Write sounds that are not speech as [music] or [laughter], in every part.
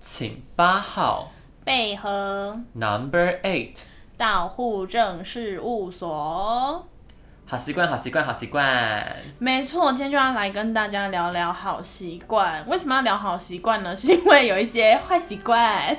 请八号贝和 Number Eight。到户政事务所。好习惯，好习惯，好习惯。没错，今天就要来跟大家聊聊好习惯。为什么要聊好习惯呢？是因为有一些坏习惯。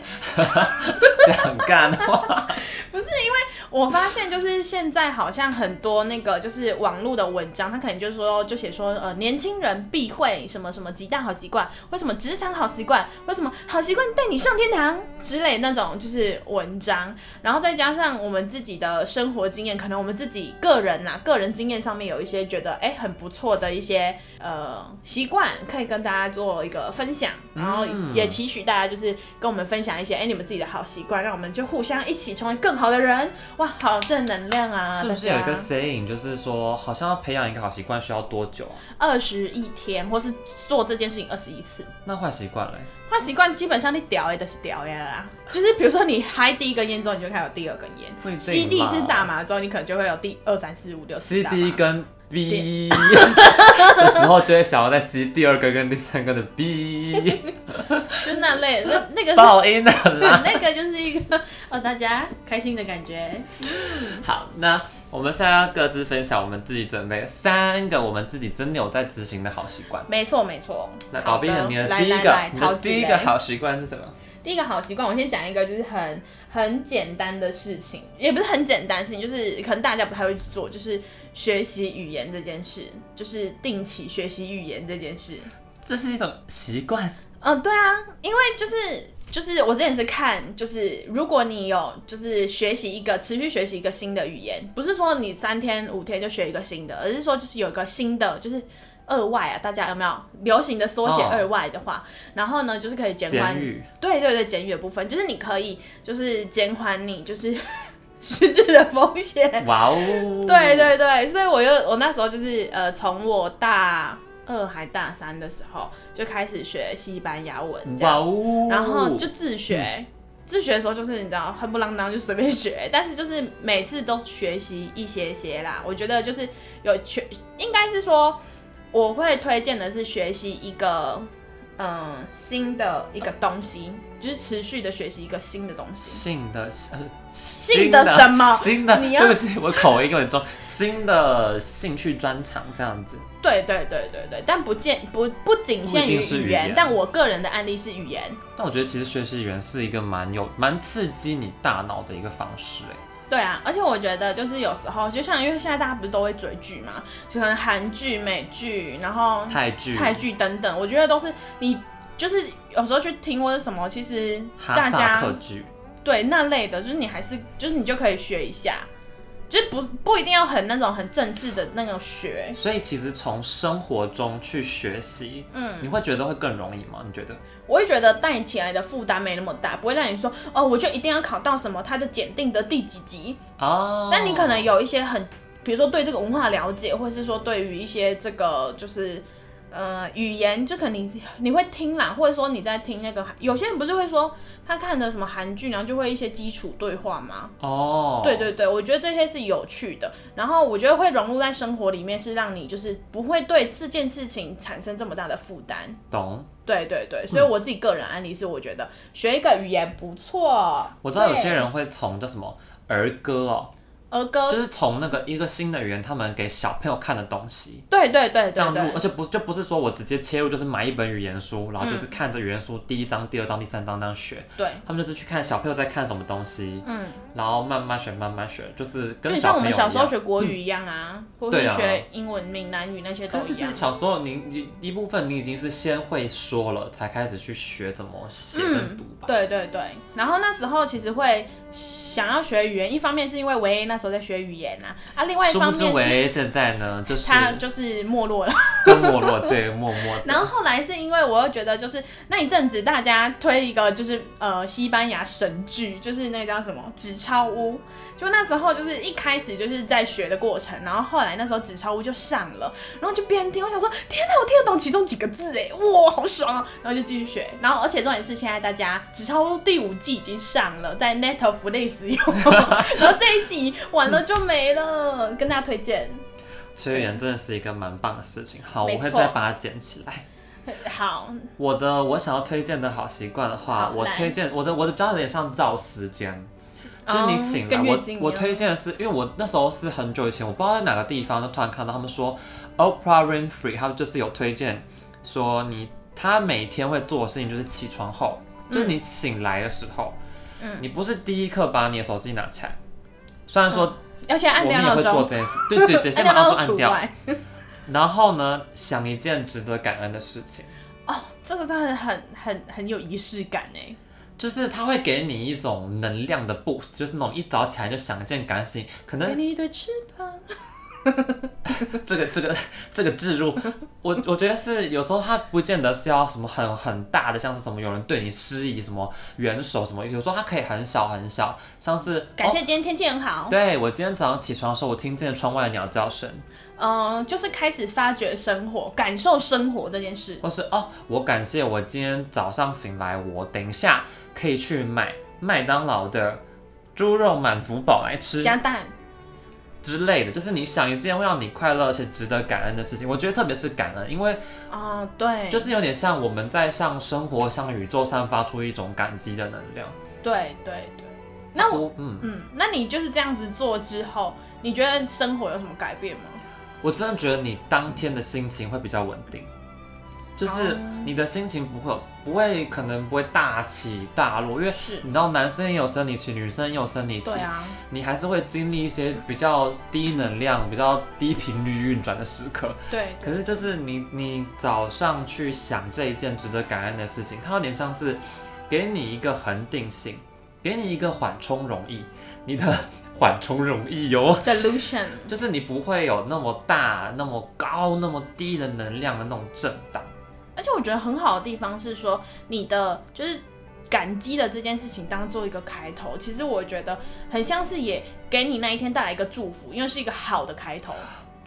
讲干话，不是因为我发现，就是现在好像很多那个就是网络的文章，他可能就说就写说呃年轻人必会什么什么几大好习惯，为什么职场好习惯，为什么好习惯带你上天堂之类那种就是文章，然后再加上我们自己的生活经验，可能我们自己个人呐、个人经验上面有一些觉得哎、很不错的一些呃习惯，可以跟大家做一个分享，然后嗯也期许大家就是跟我们分享一些哎、你们自己的好习惯，让我们就互相一起成为更好的人。哇，好正能量 [laughs] 啊！是不是大有家一个 saying，就是说，好像要培养一个好习惯需要多久啊？二十一天，或是做这件事情二十一次。那坏习惯嘞？坏习惯基本上你屌也就是屌呀啦，就是比如说你嗨第一根烟之后，你就开始有第二根不一定烟；吧吸第一次大麻之后，你可能就会有第二、三、四、五、六次吸大麻第一，根 [laughs] B 的时候，就会想要再吸第二根跟第三根的 B， [laughs] 就那类，那那个是爆音了啦。那个就是一个 [laughs] 哦，大家开心的感觉。好，那我们现在要各自分享我们自己准备的三个我们自己真的有在执行的好习惯。没错没错。那宝好贝，你的来第一来个来，你陶的吉第一嘞个好习惯是什么？第一个好习惯，我先讲一个，就是很很简单的事情，也不是很简单的事情，就是可能大家不太会去做，就是学习语言这件事，就是定期学习语言这件事。这是一种习惯，嗯，对啊，因为就是就是我之前是看，就是如果你有就是学习一个持续学习一个新的语言，不是说你三天五天就学一个新的，而是说就是有一个新的就是。二外啊，大家有没有流行的缩写哦二外的话然后呢，就是可以减简缓语。对对对，减语的部分就是你可以就是减缓你就是 [laughs] 失智的风险。哇哦！对对对，所以我又我那时候就是呃，从我大二还大三的时候就开始学西班牙文这哇样，哦！嗯然后就自学。自学的时候就是你知道恨不啷当就随便学，但是就是每次都学习一些些啦。我觉得就是有学，应该是说我会推荐的是学习一个嗯、新的一个东西，就是持续的学习一个新的东西。性的呃性的什么新的，你要对不起，我口音有点重。新的兴趣专长这样子，对对对对对，但不见不不仅限于不一定是语语言言，但我个人的案例是语言。但我觉得其实学习语言是一个蛮有蛮刺激你大脑的一个方式，哎，对啊，而且我觉得就是有时候，就像因为现在大家不是都会追剧嘛，就可能韩剧、美剧，然后泰剧、嗯泰剧等等，我觉得都是你就是有时候去听或者什么，其实哈大萨克家剧，对那类的，就是你还是就是你就可以学一下，就是不不一定要很那种很正式的那种学，所以其实从生活中去学习，嗯，你会觉得会更容易吗？你觉得？我会觉得带起来的负担没那么大，不会让你说哦，我就一定要考到什么它的检定的第几级。哦，但你可能有一些很，比如说对这个文化了解，或是说对于一些这个就是。呃，语言就可能你你会听啦，或者说你在听那个，有些人不是会说他看的什么韩剧，然后就会一些基础对话吗？哦，对对对，我觉得这些是有趣的，然后我觉得会融入在生活里面，是让你就是不会对这件事情产生这么大的负担。懂。对对嗯对，所以我自己个人案例是，我觉得学一个语言不错。我知道有对些人会从叫什么儿歌哦，儿歌，就是从那个一个新的语言，他们给小朋友看的东西。对对对这样对入，而对，且不就不是说我直接切入，就是买一本语言书，然后就是看着语言书第一章、第二章、第三章那样学。对，他们就是去看小朋友在看什么东西，嗯，然后慢慢学，慢慢学，就是就跟很小像朋我友们一小样。时候学国语一样啊，或对是啊学英文、闽南语那些都可是一其样实。小时候你你一部分你已经是先会说了，才开始去学怎么写跟读吧。对对对，然后那时候其实会想要学语言，一方面是因为维那时候在学语言啊，啊，另外一殊方不知面是为现在呢，就是他就是没落了。就没落，对，默默然后后来是因为我又觉得，就是那一阵子大家推一个就是呃西班牙神剧，就是那叫什么《纸钞屋》，就那时候就是一开始就是在学的过程，然后后来那时候《纸钞屋》就上了，然后就边听，我想说天哪，我听得懂其中几个字哎，哇，好爽啊！然后就继续学，然后而且重点是现在大家《纸钞屋》第五季已经上了，在 Netflix 有，然后这一集完了就没了，跟大家推荐。学语言真的是一个蛮棒的事情。好，没我错会再把它捡起来。好，我的我想要推荐的好习惯的话好，我来哦推荐我的我的比较有点像照时间，就是你醒来，跟月经一我我样推荐的是，因为我那时候是很久以前，我不知道在哪个地方，就突然看到他们说 Oprah Winfrey，他们就是有推荐说你他每天会做的事情就是起床后，就是你醒来的时候，嗯你不是第一刻把你的手机拿起来，虽然说要先按我掉们也闹会做钟，这件事，对对对，先把按闹掉钟闹按钟除掉，外。然后呢，想一件值得感恩的事情。哦，这个真的很很很有仪式感哎。就是它会给你一种能量的 boost，就是那种一早起来就想一件感恩的事情，可能给你一对翅哦膀，这个这 [laughs] 个这个置 [laughs] 入，我我觉得是有时候它不见得是要什么很很大的，像是什么有人对你施以什么援手什么，有时候它可以很小很小，像是感谢哦今天天气很好。对我今天早上起床的时候，我听见窗外的鸟叫声，嗯、就是开始发掘生活，感受生活这件事。或是哦，我感谢我今天早上醒来，我等一下可以去买麦当劳的猪肉满福堡来吃，加蛋，之类的，就是你想一件会让你快乐且值得感恩的事情。我觉得特别是感恩，因为啊、对，就是有点像我们在向生活、向宇宙散发出一种感激的能量。对对对。那我，我嗯，嗯，那你就是这样子做之后，你觉得生活有什么改变吗？我真的觉得你当天的心情会比较稳定，就是哦你的心情不会有不会可能不会大起大落，因为是，你知道男生也有生理期，女生也有生理期，对啊，你还是会经历一些比较低能量、比较低频率运转的时刻。对可是就是你你早上去想这一件值得感恩的事情，它有点像是给你一个恒定性，给你一个缓冲容易，你的缓冲容易哟， [laughs] ，solution，就是你不会有那么大、那么高、那么低的能量的那种震荡。而且我觉得很好的地方是说，你的就是感激的这件事情当做一个开头，其实我觉得很像是也给你那一天带来一个祝福，因为是一个好的开头，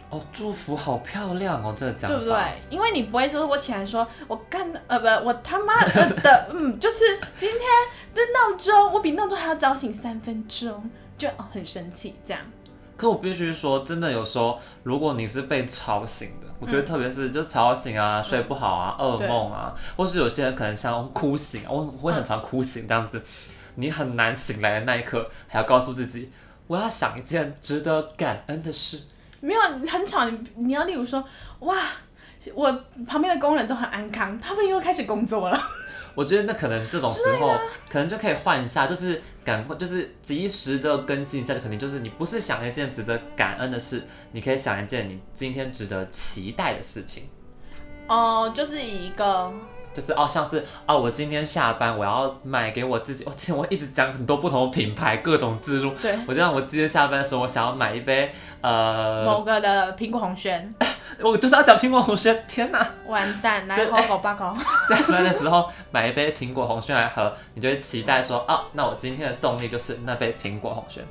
哦，祝福好漂亮哦，这个讲对法。不对？因为你不会说我起来说我干的呃不我他妈的的嗯，就是今天的闹钟，我比闹钟还要早醒三分钟，就、哦、很生气这样。可我必须说，真的有时候，如果你是被吵醒的，我觉得特别是就吵醒啊，睡不好啊，噩梦啊，或是有些人可能像哭醒，啊我我会很常哭醒这样子，你很难醒来的那一刻，还要告诉自己，我要想一件值得感恩的事。没有很吵，你你要例如说哇。我旁边的工人都很安康，他们又开始工作了。我觉得那可能这种时候，可能就可以换一下，就是赶快，就是及时的更新一下，就肯定就是你不是想一件值得感恩的事，你可以想一件你今天值得期待的事情。哦、就是以一个就是哦，像是哦，我今天下班我要买给我自己，我、天，我一直讲很多不同的品牌，各种植入。对我就让我今天下班的时候，我想要买一杯，呃，某个的苹果红 [laughs] 轩，我就是要讲苹果红轩，天哪！完蛋，来就哎口口八口，下班的时候买一杯苹果红轩来喝，你就会期待说，哦，那我今天的动力就是那杯苹果红轩，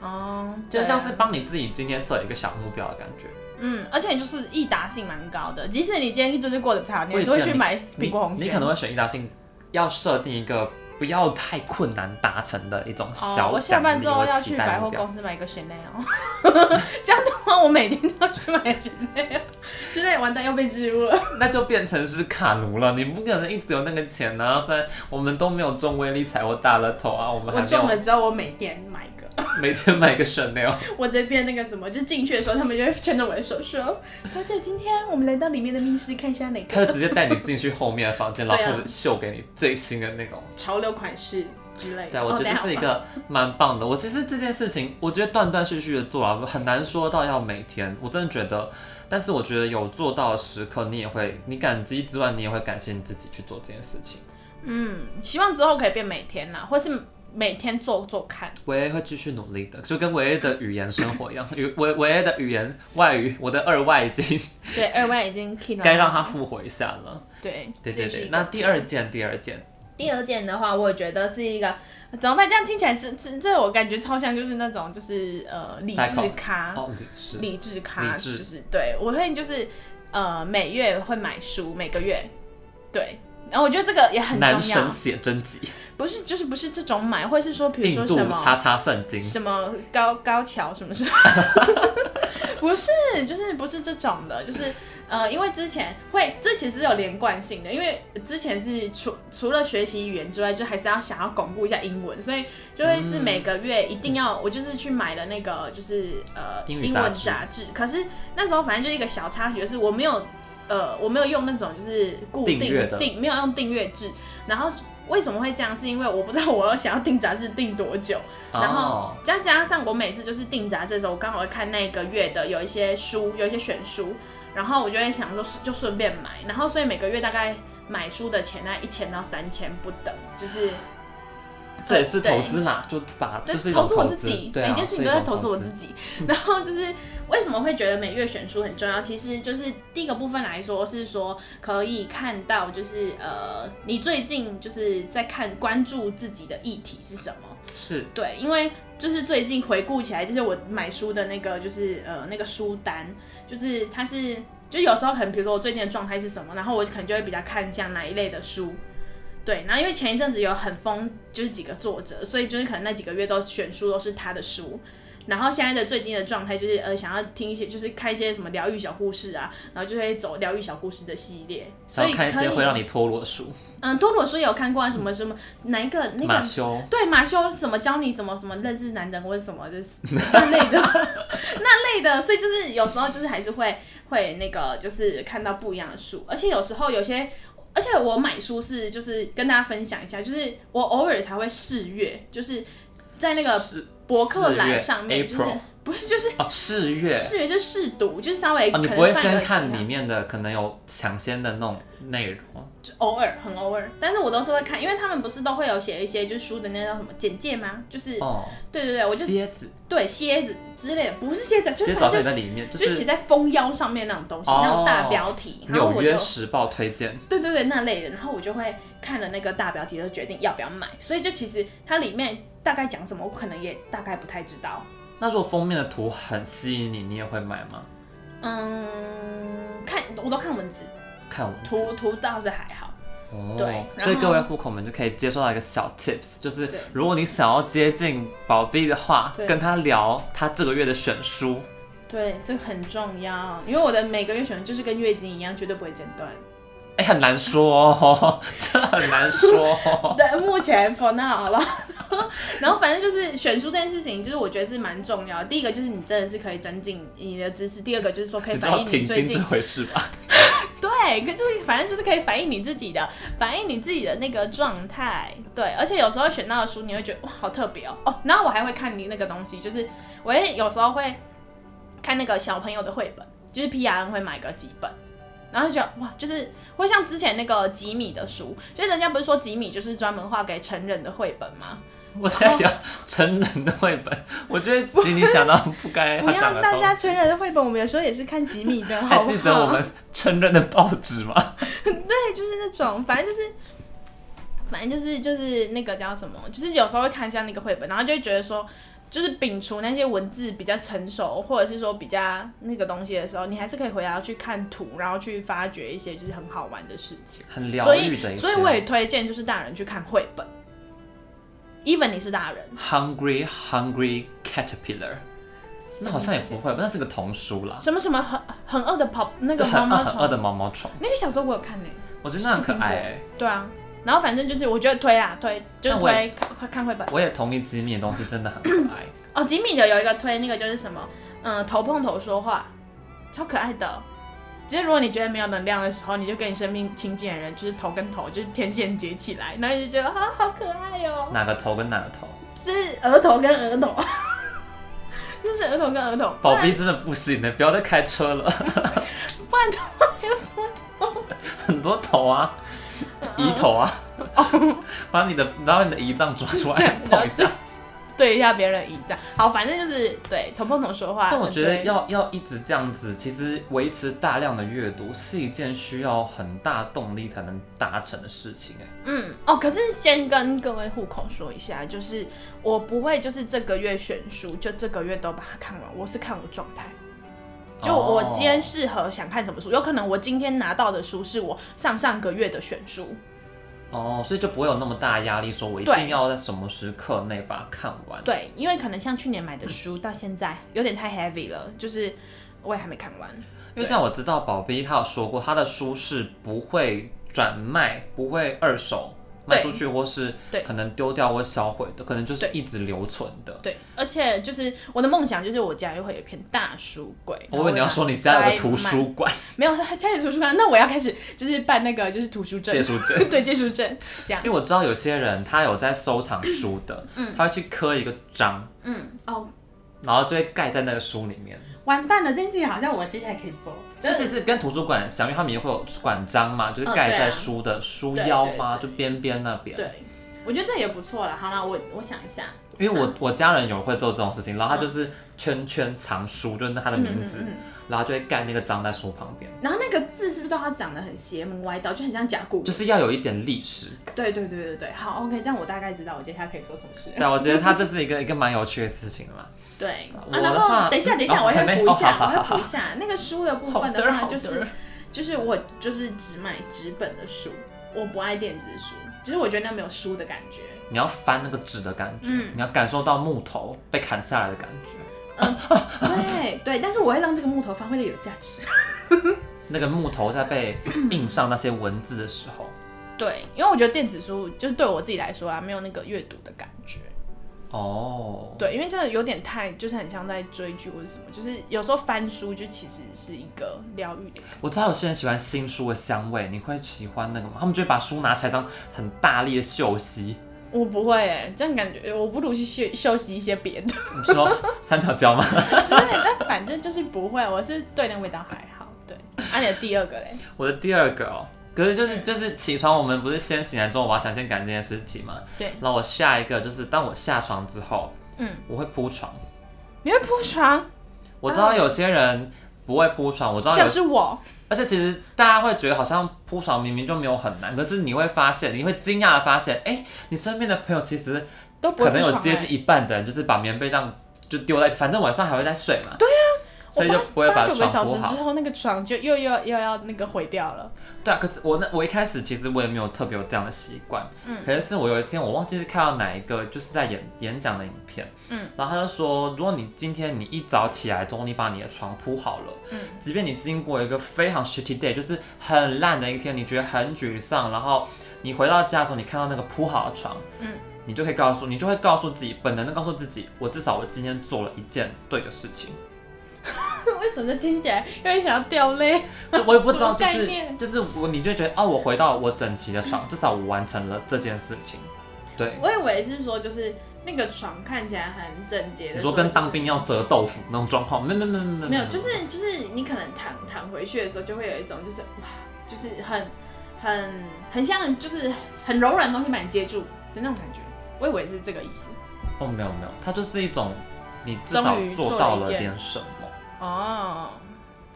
哦，就对像是帮你自己今天设一个小目标的感觉。嗯，而且就是易达性蛮高的，即使你今天一周就过得不太好，你还是我会也觉得去买苹果红你轩，你可能会选一达性，要设定一个不要太困难达成的一种哦，小我下奖班励之后或要期去待百目货标公司买一个 Chanel，这样的话我每天都要去买 Chanel，现在完蛋又被植入了。那就变成是卡奴了，你不可能一直有那个钱呢、虽然我们都没有中威力彩或大乐透啊，我们还我没中有了之后，我每天买一个， [laughs] 每天买一个 Chanel。我这边那个什么，就进去的时候，他们就会牵着我的手说：“小姐，今天我们来到里面的密室，看一下哪他个就直接带你进去后面的房间，然后对啊开始秀给你最新的那种。潮流款式之类的。”对，我觉得这是一哦个蛮棒的。我其实这件事情，我觉得断断续续的做啊，很难说到要每天。我真的觉得，但是我觉得有做到的时刻，你也会，你感激之外，你也会感谢你自己去做这件事情。嗯，希望之后可以变每天啦，或是每天做做看。维 A 会继续努力的，就跟维 A 的语言生活一样，语维维 A 的语言外语，我的二外已 [laughs] 经对， [laughs] 二万已经 k 了，该让它复活一下了。对对对对，那那第二件，第二件，第二件的话，我觉得是一个怎么办？这样听起来是这这，我感觉超像就是那种就是呃理智 Psycho 咖，哦，你是理智咖，理智就是对我会就是呃每月会买书，每个月对。然后我觉得这个也很重男要神，写真集，不是就是不是这种买，或是说比如印说度什么叉叉圣经，什么 [laughs] 高高桥什么什么，不是，就是不是这种的，就是呃，因为之前会，这其实是有连贯性的，因为之前是除除了学习语言之外，就还是要想要巩固一下英文，所以就会是每个月一定要，我就是去买了那个就是呃嗯英语英杂文志杂志，可是那时候反正就一个小插曲，就是我没有呃我没有用那种就是固定订阅的订没有用订阅制，然后为什么会这样？是因为我不知道我要想要订杂志订多久。然后哦，再加上我每次就是订杂志的时候，我刚好会看那个月的有一些书，有一些选书，然后我就会想说就顺便买，然后所以每个月大概买书的钱呢一千到三千不等，就是这也是对投资啦，就把对就是一种投资我资自己，对啊，每件事情是一都种在投资我资自己。 [laughs] 然后就是为什么会觉得每月选书很重要？其实就是第一个部分来说是说可以看到，就是呃，你最近就是在看关注自己的议题是什么。是对，因为就是最近回顾起来，就是我买书的那个，就是呃那个书单，就是它是，就有时候可能比如说我最近的状态是什么，然后我可能就会比较看向哪一类的书。对，然后因为前一阵子有很疯，就是几个作者，所以就是可能那几个月都选书都是他的书。然后现在的最近的状态就是呃，想要听一些，就是看一些什么疗愈小故事啊，然后就会走疗愈小故事的系列，所想以要看一可以些，会啊让你脱落的书，嗯，多多书也有看过啊，什么什么哪一个那个马修对马修什么教你什么什么认识男人或者什么就是那类 [laughs] 的那类的，所以就是有时候就是还是会会那个就是看到不一样的书，而且有时候有些。而且我买书是就是跟大家分享一下，就是我偶尔才会试阅，就是在那个是博客来4上面，月就是 April 不是就是哦，四月 [laughs] 试阅就试读，就是稍微可哦，能、你不会先看里面的可能有抢先的那种内容，偶尔很偶尔，但是我都是会看，因为他们不是都会有写一些就是书的那叫什么简介吗？就是、哦，对对对，我就蝎子，对蝎子之类的，不是蝎子，就蝎是子它好就像也在里面，就就是写是在封腰上面那种东西，哦那种大标题，然后纽我就约时报推荐，对对对那类的，然后我就会看了那个大标题，就决定要不要买。所以就其实它里面大概讲什么，我可能也大概不太知道。那如果封面的图很吸引你，你也会买吗？嗯，看我都看文字，看我图图倒是还好。哦，对然后所以各位户口们就可以接收到一个小 tips，就是对如果你想要接近宝碧的话对，跟他聊他这个月的选书，对，这个很重要，因为我的每个月选的就是跟月经一样，绝对不会间断。哎、很难说哦， [laughs] 这很难说、 [laughs] 哦。对，目前 for now 好了。 [laughs] 然后反正就是选书这件事情，就是我觉得是蛮重要的。第一个就是你真的是可以增进你的知识，第二个就是说可以你知反道映你停最经近这回事吧？ [laughs] 对，可就是反正就是可以反映你自己的，反映你自己的那个状态。对，而且有时候选到的书，你会觉得哇，好特别哦。哦，然后我还会看你那个东西，就是我也有时候会看那个小朋友的绘本，就是 P R N 会买个几本。然后就觉得哇，就是会像之前那个吉米的书，就是人家不是说吉米就是专门画给成人的绘本吗？我现在讲成人的绘本，我觉得请你想到不该不要哎想要的大东家西。成人的绘本，我们有时候也是看吉米 [laughs] 的，好还不好？记得我们成人的报纸吗？对，就是那种，反正就是，反正就是就是那个叫什么，就是有时候会看一下那个绘本，然后就会觉得说，就是摒除那些文字比较成熟，或者是说比较那个东西的时候，你还是可以回来去看图，然后去发掘一些就是很好玩的事情。很所疗以愈的一，些。所以我也推荐就是大人去看绘本，even 你是大人， Hungry Hungry Caterpillar，那好像也不会吧，那是个童书啦。什么什么很很饿的跑那就个很饿猫猫很饿床，的毛毛虫，那个小时候我有看呢、我觉得那很可爱、欸。对啊，然后反正就是我觉得推啦推，就是那我推看看绘本。我也同意吉米的东西真的很可爱。哦，吉米的有一个推那个就是什么，嗯，头碰头说话，超可爱的。就是如果你觉得没有能量的时候，你就跟你生命亲近的人，就是头跟头，就是天线接起来，然后你就觉得啊，好可爱哦、哪个头跟哪个头？就是额头跟额头， [laughs] 就是额头跟额头。宝贝真的不行欸的，不要再开车了，不然的话有什么？嗯很多头啊，胰头啊，哦把你的然后你的胰脏抓出 [laughs] 来碰一下。对一下别人的胰脏。好，反正就是对头碰头说话。但我觉得啊对要要一直这样子，其实维持大量的阅读是一件需要很大动力才能达成的事情、欸。嗯，哦，可是先跟各位户口说一下，就是我不会就是这个月选书，就这个月都把它看完，我是看我状态。就哦我今天适合想看什么书，有可能我今天拿到的书是我上上个月的选书，哦，所以就不会有那么大的压力，说我一对定要在什么时刻内把它看完。对，因为可能像去年买的书到现在有点太 heavy 了，就是我也还没看完。因为像我知道宝碧他有说过，他的书是不会转卖，不会二手卖出去，或是对可能丢掉或销毁的，可能就是对一直留存的。对，而且就是我的梦想就是我家又会有一片大书柜。我以为你要说你家有个图书馆没有，家里图书馆，啊那我要开始就是办那个就是图书证借，书证， [laughs] 对借书证这样因为。我知道有些人他有在收藏书的，他会去刻一个章，嗯，哦，然后就会盖在那个书里面。完蛋了，这件事情好像我接下来可以做，这其实跟图书馆相遇，他们也会有馆章嘛，就是嗯盖对啊在书的书腰嘛，对对对就边边那边。对，我觉得这也不错了。好了，我我想一下，因为我我家人有会做这种事情，然后嗯他就是圈圈藏书，就是他的名字，然后就会盖那个章在书旁边，然后那个字是不是都它长得很邪门歪倒，就很像甲骨文？就是要有一点历史。对对对对对，好，OK，这样我大概知道我接下来可以做什么事。但我觉得他这是一 [laughs] 个一个蛮有趣的事情啦。对，我啊，然的话后等一下，等一下，哦我还先没补一下，哦好我好会补一下那个书的部分的话，好的就是就是我就是只买纸本的书，我不爱电子书，就是我觉得那没有书的感 [laughs] 觉。你要翻那个纸的感觉，嗯你要感受到木头被砍下来的感觉，对对，但是我会让这个木头发挥的有价值。那个木头在被印上那些文字的时 [coughs] 候。对，因为我觉得电子书就是对我自己来说啊，没有那个阅读的感嗯觉。哦，对，因为真的有点太，就是很像在追剧或者什么，就是有时候翻书就其实是一个疗愈的。我知道有些人喜欢新书的香味，你会喜欢那个吗？他们就会把书拿起来当很大力的嗅吸，我不会哎、这样感觉我不如去休休息一些 [laughs] 别的。你说三秒胶吗？之类的，但反正就是不会，我是对那个味道还好。对，啊，你的第二个嘞， [laughs] 我的第二个哦，可是就是就是起床，我们不是先醒来之后，我要想先赶这件事情嘛。对。然后我下一个就是，当我下床之后，嗯，我会铺床。你会铺床，我知道有些人不会铺床，我知道有像，是我，而且其实大家会觉得好像铺床明明就没有很难，可是你会发现，你会惊讶的发现，哎、你身边的朋友其实都不可会铺能床、有接近欸。一半的人就是把棉被这样就丢在，反正晚上还会再睡嘛。对啊所以就不会我把八八九床个小时铺好之。后，那个床就又又又要那个毁 [laughs] 掉了。对啊，可是我那我一开始其实我也没有特别有这样的习惯，嗯，可是是我有一天我忘记是看到哪一个就是在演演讲的影片，嗯，然后他就说，如果你今天你一早起来之后，你把你的床铺好了，嗯，即便你经过一个非常 shitty day，就是很烂的一天，你觉得很沮丧，然后你回到家的时候，你看到那个铺好的床，嗯，你就可以告诉，你就会告诉自己，本能的告诉自己，我至少我今天做了一件对的事情。为什么这听起来有点想要掉泪？就我也不知道，什么就概是念就是我，你就觉得哦，我回到我整齐的床，至少我完成了这件事情。对，我以为是说，就是那个床看起来很整洁的。你说跟当兵要折豆腐那种状况，没有没有没有没有没有，就是就是你可能躺躺回去的时候，就会有一种就是哇，就是很很很像就是很柔软的东西把你接住的那种感觉。我以为是这个意思。哦没有没有，它就是一种你至少终于做做了到了一件点什么，哦，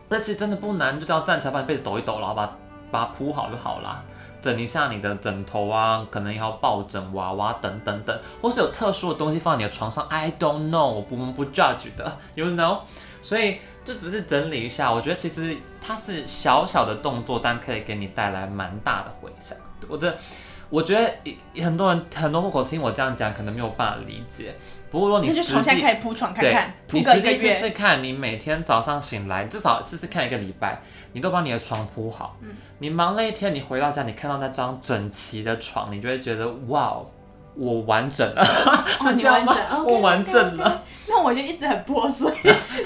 而且真的不难，就只要站起来把你被子抖一抖，然后把把它铺好就好啦。整一下你的枕头啊，可能也要抱枕娃娃等等等，或是有特殊的东西放在你的床上，I don't know，我不我们不 judge 的，you know。所以就只是整理一下，我觉得其实它是小小的动作，但可以给你带来蛮大的回响。我这我觉得也很多人很多户口听我这样讲，可能没有办法理解。不过如果你那就实从现在际开始铺床看对，看，铺你个实一个际试月。试看，你每天早上醒来，至少试试看一个礼拜，你都把你的床铺好。嗯你忙了一天，你回到家，你看到那张整齐的床，你就会觉得哇，我完整了，是这 [laughs] 样吗？ [laughs] 哦我完整了。。你 OK，OK，OK 那我就一直很破 [laughs] 碎，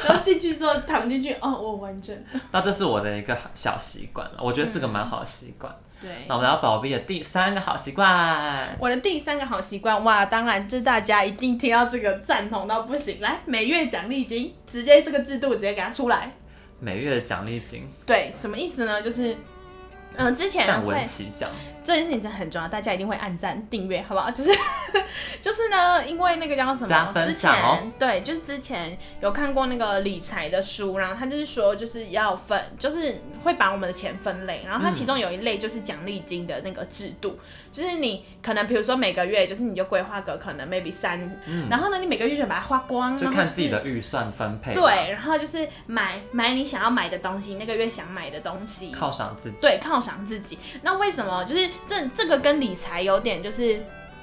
然后进去之后躺进去，哦，我完整。那这是我的一个小习惯了，我觉得是个蛮好的习惯。对那，我们来到宝贝的第三个好习惯，我的第三个好习惯哇，当然这大家一定听到这个赞同到不行，来每月奖励金，直接这个制度直接给它出来。每月的奖励金，对，什么意思呢？就是，嗯、之前但会文奇奖，这件事情真的很重要，大家一定会按赞订阅，好不好？ [laughs] 就是就是呢，因为那个叫什么，加分享哦之前对，就是之前有看过那个理财的书，然后他就是说就是要分，就是会把我们的钱分类，然后它其中有一类就是奖励金的那个制度，就是你可能比如说每个月就是你就规划个可能 maybe 三，然后呢你每个月就把它花光，嗯就然后看是自己的预算分配，，对，然后就是买买你想要买的东西，那个月想买的东西，犒赏自己。对，犒赏自己。那为什么就是这这个跟理财有点就是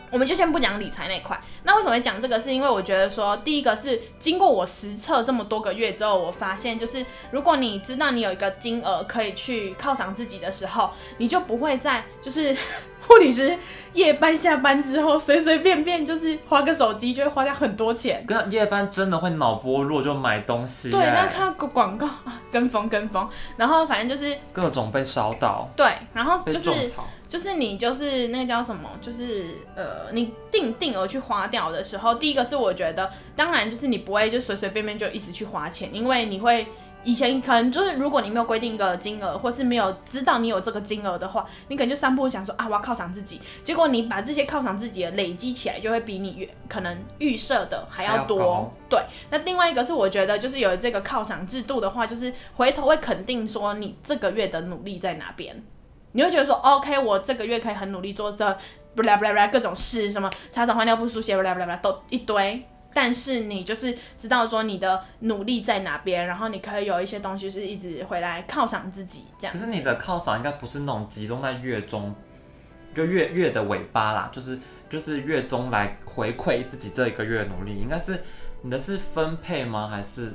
我们就先不讲理财那一块。那为什么会讲这个？是因为我觉得说，第一个是经过我实测这么多个月之后，我发现就是，如果你知道你有一个金额可以去犒赏自己的时候，你就不会在就是 [laughs] 护理师夜班下班之后，随随便便就是花个手机就会花掉很多钱。跟夜班真的会脑波弱，就买东西、对，那哎看到广告啊，跟风跟风，然后反正就是各种被烧到，对，然后被就是种草。就是你就是那个叫什么，就是呃，你定定额去花掉的时候，第一个是我觉得，当然就是你不会就随随便便就一直去花钱，因为你会以前可能就是如果你没有规定一个金额，或是没有知道你有这个金额的话，你可能就三不五时想说啊，我要犒赏自己，结果你把这些犒赏自己的累积起来，就会比你预可能预设的还还要要多。高对，那另外一个是我觉得就是有这个犒赏制度的话，就是回头会肯定说你这个月的努力在哪边。你会觉得说，OK，我这个月可以很努力做的，不啦不啦不啦，各种事，什么擦澡、换尿布、书写，不啦不啦不啦，都一堆。但是你就是知道说你的努力在哪边，然后你可以有一些东西是一直回来犒赏自己这样可。是你的犒赏应该不是那种集中在月中，就月月的尾巴啦，就是就是月中来回馈自己这一个月的努力，应该是你的是分配吗？还是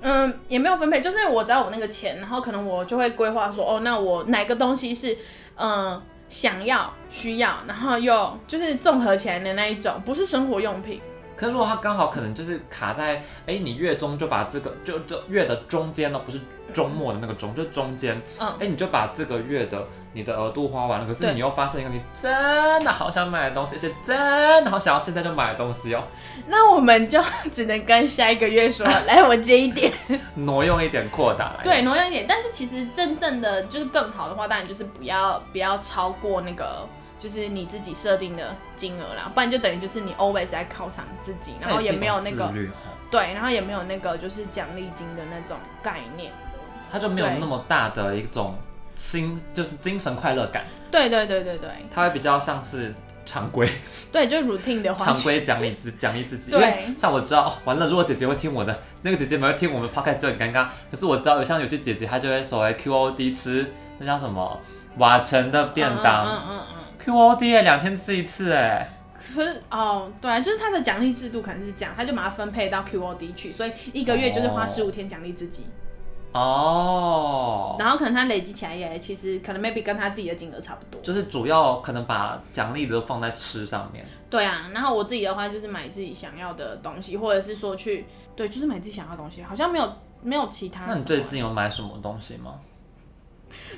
嗯，也没有分配，就是我知道我那个钱，然后可能我就会规划说，哦，那我哪个东西是嗯、呃想要、需要，然后又就是综合起来的那一种，不是生活用品。可是如果他刚好可能就是卡在，哎、你月中就把这个就就月的中间呢，不是周末的那个中，就中间，嗯哎、你就把这个月的你的额度花完了，可是对你又发现一个你真的好想买的东西，而且真的好想要现在就买的东西哦，那我们就只能跟下一个月说，来，我接一点。挪用一点扩大来，，对，挪用一点。但是其实真正的就是更好的话，当然就是不要不要超过那个就是你自己设定的金额啦，不然就等于就是你 always 在犒赏自己，然后这也是没有一那种个自律哦对，然后也没有那个就是奖励金的那种概念。他就没有对那么大的一种心，就是精神快乐感，对对对对对他会比较像是常 [laughs] 规。对，就 routine 的花常钱。规奖励自奖励自 [laughs] 己，因对为像我知道，哦完了，如果姐姐会听我的， [laughs] 那个姐姐没有听我们 podcast 就很尴尬。可是我知道有像有些姐姐，她就会所谓 QOD 吃那叫什么瓦城的便当、嗯嗯嗯嗯。 QOD 耶两天吃一次哎，可是哦，对啊，就是它的奖励制度可能是这样，他就把它分配到 QOD 去，所以一个月就是花哦十五天奖励自己，哦，然后可能他累积起来也其实可能 maybe 跟他自己的金额差不多。就是主要可能把奖励都放在吃上面，对啊，然后我自己的话就是买自己想要的东西，或者是说去对，就是买自己想要的东西，好像没有没有其啊他什么。那你最近有买什么东西吗？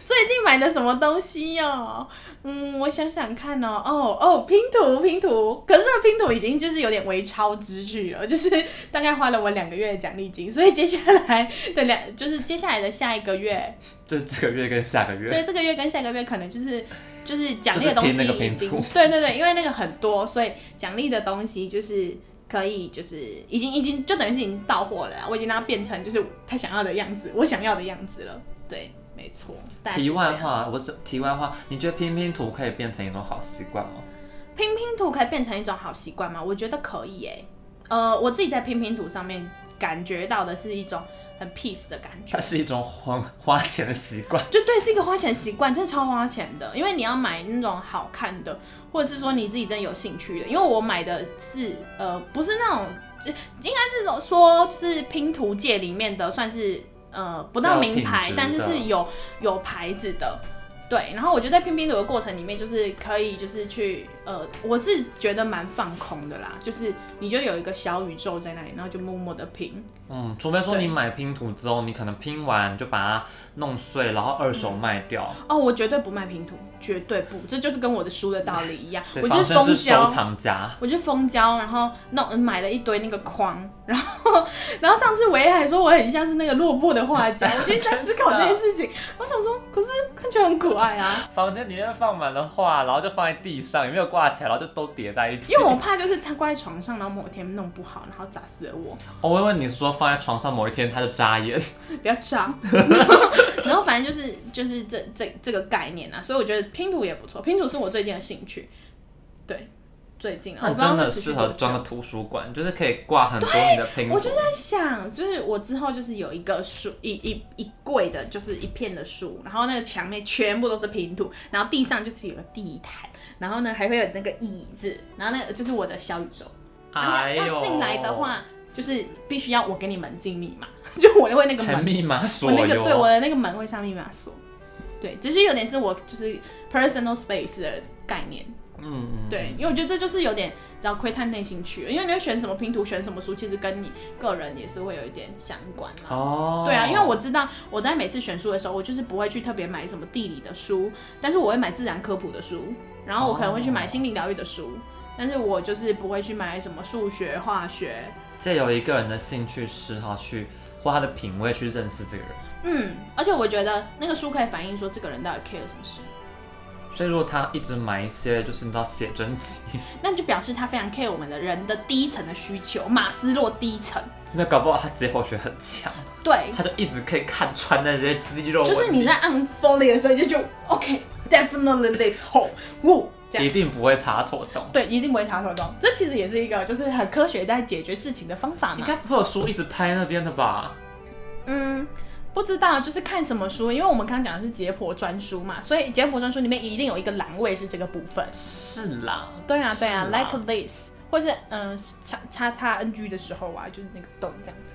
最近买的什么东西哦？嗯，我想想看哦，哦哦，拼图拼图，可是这个拼图已经就是有点微超支去了，就是大概花了我两个月的奖励金，所以接下来的两就是接下来的下一个月，就这个月跟下个月，对这个月跟下个月可能就是就是奖励的就是东拼西那个已拼经图对对对，因为那个很多，所以奖励的东西就是可以就是已经已经就等于是已经到货了啦，啊我已经让它变成就是他想要的样子，我想要的样子了，对，没错。大概是题这外样话，我只题外话，你觉得拼拼图可以变成一种好习惯吗？拼拼图可以变成一种好习惯吗？我觉得可以诶、呃，我自己在拼拼图上面感觉到的是一种很 peace 的感觉它，是一种花 [laughs] 花钱的习惯。就对，是一个花钱习惯，真的超花钱的。因为你要买那种好看的，或者是说你自己真的有兴趣的。因为我买的是呃，不是那种，就应该是种说就是拼图界里面的算是呃不到名牌比较有品质，的但是是有有牌子的。对，然后我觉得在拼拼图的过程里面，就是可以就是去呃，我是觉得蛮放空的啦，就是你就有一个小宇宙在那里，然后就默默的拼。嗯，除非说对你买拼图之后，你可能拼完就把它弄碎，然后二手卖掉。哦，我绝对不卖拼图，绝对不，这就是跟我的书的道理一样 [laughs] 。对，我就防是身封是收胶，藏 [laughs] 家，我就封胶，然后弄买了一堆那个框，然后然后上次维还说我很像是那个落魄的画家，我 [laughs] 就一直在思考这件事情。我想说，可是看起来很可爱 [laughs] 啊，房间里面放满了画，然后就放在地上，也没有挂起来，然后就都叠在一起。因为我怕就是他挂在床上，然后某天弄不好，然后砸死了我。哦我以为你是说放在床上某一天它就扎眼，比较 [laughs] 脏，然后反正就是就是这这这个概念啊，所以我觉得拼图也不错，拼图是我最近的兴趣，对，最近啊，那我你不知道真会的持续适多合久装个图书馆，就是可以挂很多你的拼我图就。在想，就是我之后就是有一个书，一一一柜的，就是一片的书，然后那个墙面全部都是拼图，然后地上就是有个地毯，然后呢还会有那个椅子，然后那个就是我的小宇宙。然后哎要呦，要进来的话，就是必须要我给你门禁密码， [laughs] 就我就会那个还门密码锁我那个哟对我的那个门会上密码锁，对，只是有点是我就是 personal space 的概念，嗯嗯，对，因为我觉得这就是有点然后窥探内心去了，因为你会选什么拼图，选什么书，其实跟你个人也是会有一点相关啦。哦，对啊，因为我知道我在每次选书的时候，我就是不会去特别买什么地理的书，但是我会买自然科普的书，然后我可能会去哦买心灵疗愈的书，但是我就是不会去买什么数学、化学，借由一个人的兴趣嗜好去或他的品味去认识这个人。嗯，而且我觉得那个书可以反映说这个人到底 care 什么事。所以如果他一直买一些就是你知道写真集，那就表示他非常 care 我们的人的低层的需求，马斯洛低层，那搞不好他解剖学很强，对，他就一直可以看穿那些肌肉纹就理，是你在按 folly 的时候，你就就 OK，definitely、this hole，woo，这样一定不会查错洞。对，一定不会查错洞。这其实也是一个就是很科学在解决事情的方法应嘛。该不会有书一直拍那边的吧？嗯，不知道就是看什么书，因为我们刚刚讲的是解剖专书嘛，所以解剖专书里面一定有一个栏位是这个部分。 [laughs] 是啦，对啊，对啊是啦，like this，或是嗯、叉叉叉 NG 的时候啊，就是那个洞这样子。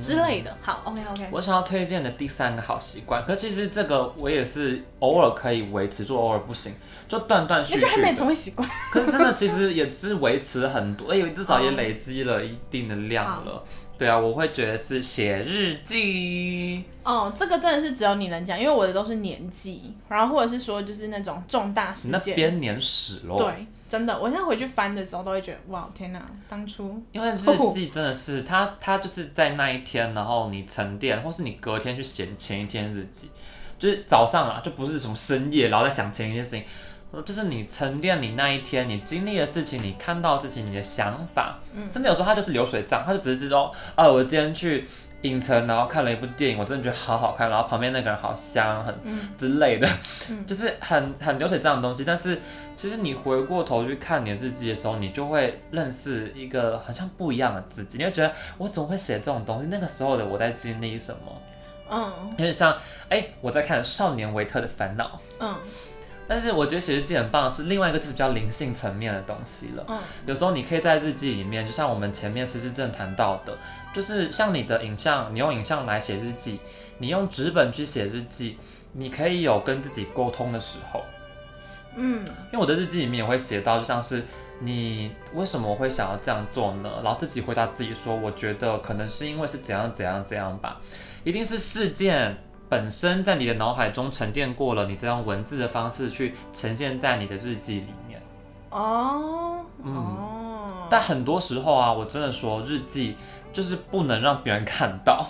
之类的，好，OK OK。我想要推荐的第三个好习惯，可其实这个我也是偶尔可以维持住，偶尔不行，就断断续那续就还没的。成为习惯。可是真的其实也是维持很多，哎、呦，至少也累积了一定的量了。对啊，我会觉得是写日记。哦，这个真的是只有你能讲，因为我的都是年纪，然后或者是说就是那种重大事你那哦件。编年史咯，，对，真的，我现在回去翻的时候都会觉得，哇，天哪，当初因为日记真的是它，它就是在那一天，然后你沉淀，或是你隔天去写前一天日记，就是早上啊，就不是什么深夜，然后再想前一天事情，呃就是你沉淀你那一天你经历的事情，你看到的事情，你的想法，甚至有时候它就是流水账，它就只是说，啊，我今天去。影城，然后看了一部电影，我真的觉得好好看，然后旁边那个人好香，很、嗯之类的，就是很很流水账的东西。但是其实你回过头去看你的日记的时候，你就会认识一个好像不一样的自己，你会觉得我怎么会写这种东西？那个时候的我在经历什么？嗯有点像，哎、我在看《少年维特的烦恼》，嗯但是我觉得写日记很棒，是另外一个就是比较灵性层面的东西了。嗯有时候你可以在日记里面，就像我们前面失智症谈到的，就是像你的影像，你用影像来写日记，你用纸本去写日记，你可以有跟自己沟通的时候。嗯因为我的日记里面也会写到，就像是你为什么会想要这样做呢？然后自己回答自己说，我觉得可能是因为是怎样怎样怎样吧，一定是事件本身在你的脑海中沉淀过了，你再用文字的方式去呈现在你的日记里面。哦嗯哦，但很多时候啊，我真的说日记就是不能让别人看到，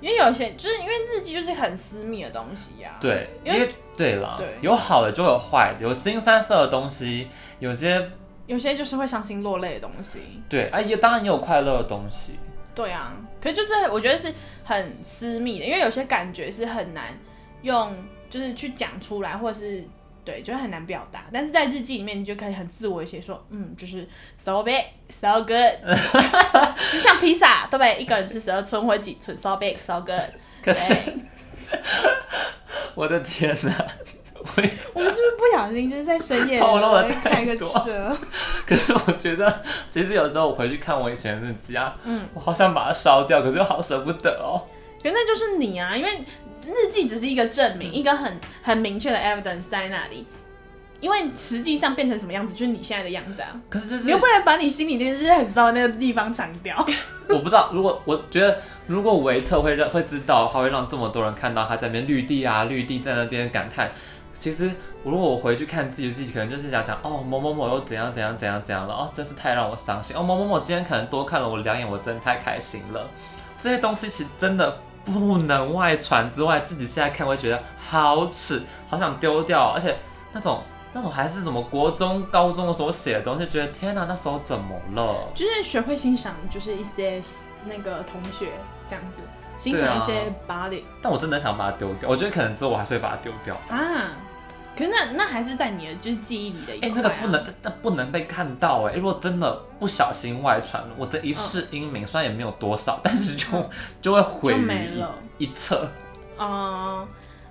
因为有些就是因为日记就是很私密的东西呀、，对，因因为为对啦，对有好的就有坏的，有新三色的东西，有些有些就是会伤心落泪的东西。对，啊，也当然也有快乐的东西，对啊，可是就是我觉得是很私密的，因为有些感觉是很难用，就是去讲出来，或者是对，就是很难表达。但是在日记里面，你就可以很自我地写说，嗯，就是 so big so good，就像披萨，对不对？一个人吃十二寸或几寸，so big so good。可是。对 [laughs] 我的天哪、 [laughs] 我们是不是不小心就是在深 [laughs] 夜透露了开一个太多车？可是我觉得，其实有时候我回去看我以前的日记啊，嗯，我好想把它烧掉，可是又好舍不得哦。原来就是你啊，因为日记只是一个证明，一个很很明确的 evidence 在那里。因为实际上变成什么样子，就是你现在的样子啊。可是就是你又不能把你心里那些很骚的那个地方藏掉。我不知道，如果我觉得如果维特会让会知道，他会让这么多人看到他在那边绿地啊，绿地在那边感叹。其实如果我回去看自己的自己，可能就是想想哦，某某某又怎样怎样怎样怎样了，哦，真是太让我伤心。哦，某某某今天可能多看了我两眼，我真的太开心了。这些东西其实真的不能外传之外，自己现在看会觉得好耻，好想丢掉，哦而且那种。那种还是什么国中、高中的时候写的东西，觉得天哪，那时候怎么了？ [laughs] 就是学会欣赏，就是一些那个同学这样子，欣赏一些 body 但我真的很想把它丢掉，我觉得可能之后我还是会把它丢掉。啊可是那那还是在你的就是记忆里的一哎、那块、啊。个不能，那不能被看到哎、如果真的不小心外传了，我这一世英名虽然也没有多少，但是就就会毁嗯就没于了。一侧。哦嗯，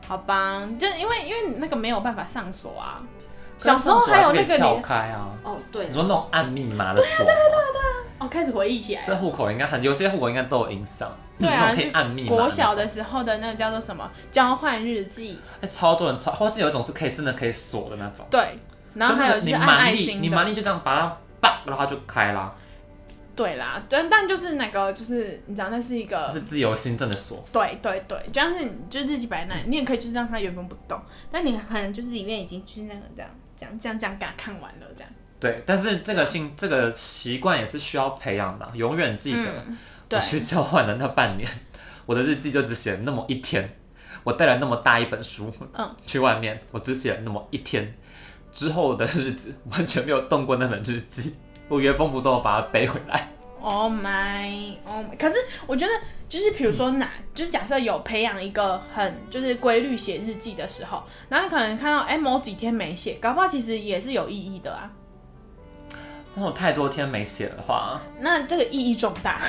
好吧，就因为因为那个没有办法上锁啊。小时候还有那可个以撬你，开啊。哦对你，说那种按密码的锁吗，哦开始回忆起来了。这户口应该很有些户口应该都有影响，对啊那种可以按密码那种。国小的时候的那个叫做什么交换日记，哎，超多人超，或是有一种是可以真的可以锁的那种，对，然后还有就就是是你按蛮爱力，心你的蛮，力就这样把它叭，然后它就开啦，对啦，但但就是那个就是你知道那是一个它是自由新政的锁。对对对，就像是你就日记摆烂，你也可以就是让它原封不动，但你可能就是里面已经就是那个这样这样这样这样给它看完了这样。对，但是这个性这个习惯也是需要培养的啊，永远记得。嗯对我，去交换的那半年， [laughs] 我的日记就只写了那么一天。我带了那么大一本书，嗯， [laughs] 去外面我只写了那么一天，之后的日子 [laughs] 完全没有动过那本日记，我原封不动地把它背回来。 Oh my, oh my！可是我觉得，就是比如说哪，就是假设有培养一个很就是规律写日记的时候，然后你可能看到哎、某几天没写，搞不好其实也是有意义的啊。但我太多天没写的话，那这个意义重大，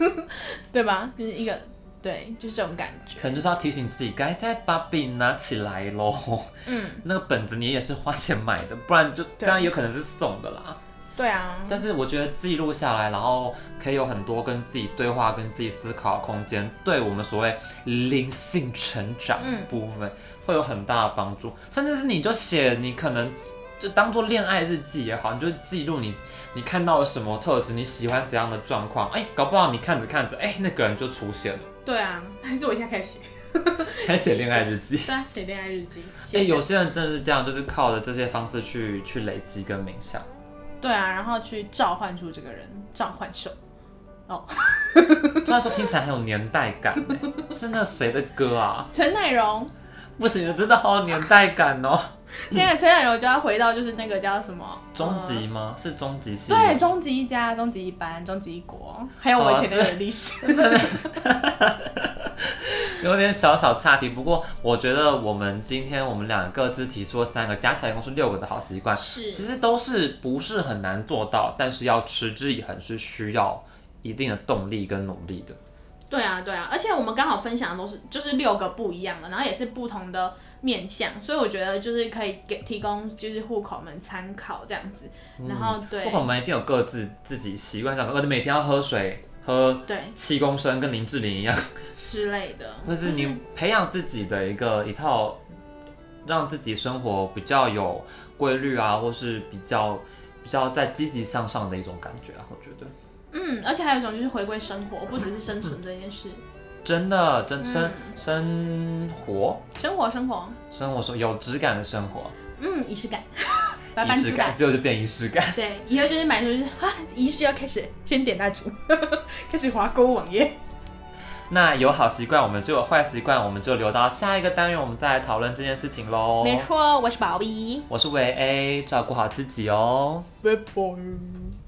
[laughs] 对吧？就是一个对，就是这种感觉。可能就是要提醒自己，该再把笔拿起来喽。嗯， [laughs] 那个本子你也是花钱买的，不然就对当然有可能是送的啦。对啊，但是我觉得记录下来，然后可以有很多跟自己对话、跟自己思考的空间，对我们所谓灵性成长嗯部分、会有很大的帮助。甚至是你就写，你可能就当做恋爱日记也好，你就记录你你看到了什么特质，你喜欢怎样的状况。哎、搞不好你看着看着，哎、那个人就出现了，对啊，还是我现在开始写，开始写恋爱日记。对啊，写恋爱日记。哎、写有些人真的是这样，就是靠着这些方式去去累积跟冥想。对啊，然后去召唤出这个人，召唤兽。虽然说听起来很有年代感、欸，是那谁的歌啊？陈乃 [laughs] 荣，不行，真的好有年代感哦。 [laughs] 现在陈乃荣就要回到就是那个叫什么终呃极吗？是终极系对，列。终极一家、终极一班、终极一国，还有我以前啊的历史。有点小小岔题。不过我觉得我们今天我们两个各自提出了三个，加起来一共是六个的好习惯，是其实都是不是很难做到，但是要持之以恒是需要一定的动力跟努力的。对啊，对啊，而且我们刚好分享的都是就是六个不一样的，然后也是不同的面向，所以我觉得就是可以给提供就是户口们参考这样子。嗯然后对不过我们一定有各自自己习惯上，而呃且每天要喝水，喝对七公升，跟林志玲一样，之类的，或是你培养自己的一个一套，让自己生活比较有规律啊，或是比较比较在积极向上的一种感觉啊，我觉得嗯，而且还有一种就是回归生活，不只是生存这件事，真的真生、嗯生活生活生活，生活说有质感的生活，嗯，仪 [laughs] 式感，拜仪拜式之感，感。最后就变仪式感。对，以后就是买就是啊，仪式要开始，先点蜡烛， [laughs] 开始划购物网页。那有好习惯我们就有坏习惯，我们就留到下一个单元我们再来讨论这件事情喽。没错，我是宝贝。我是维 A，照顾好自己哦。拜拜。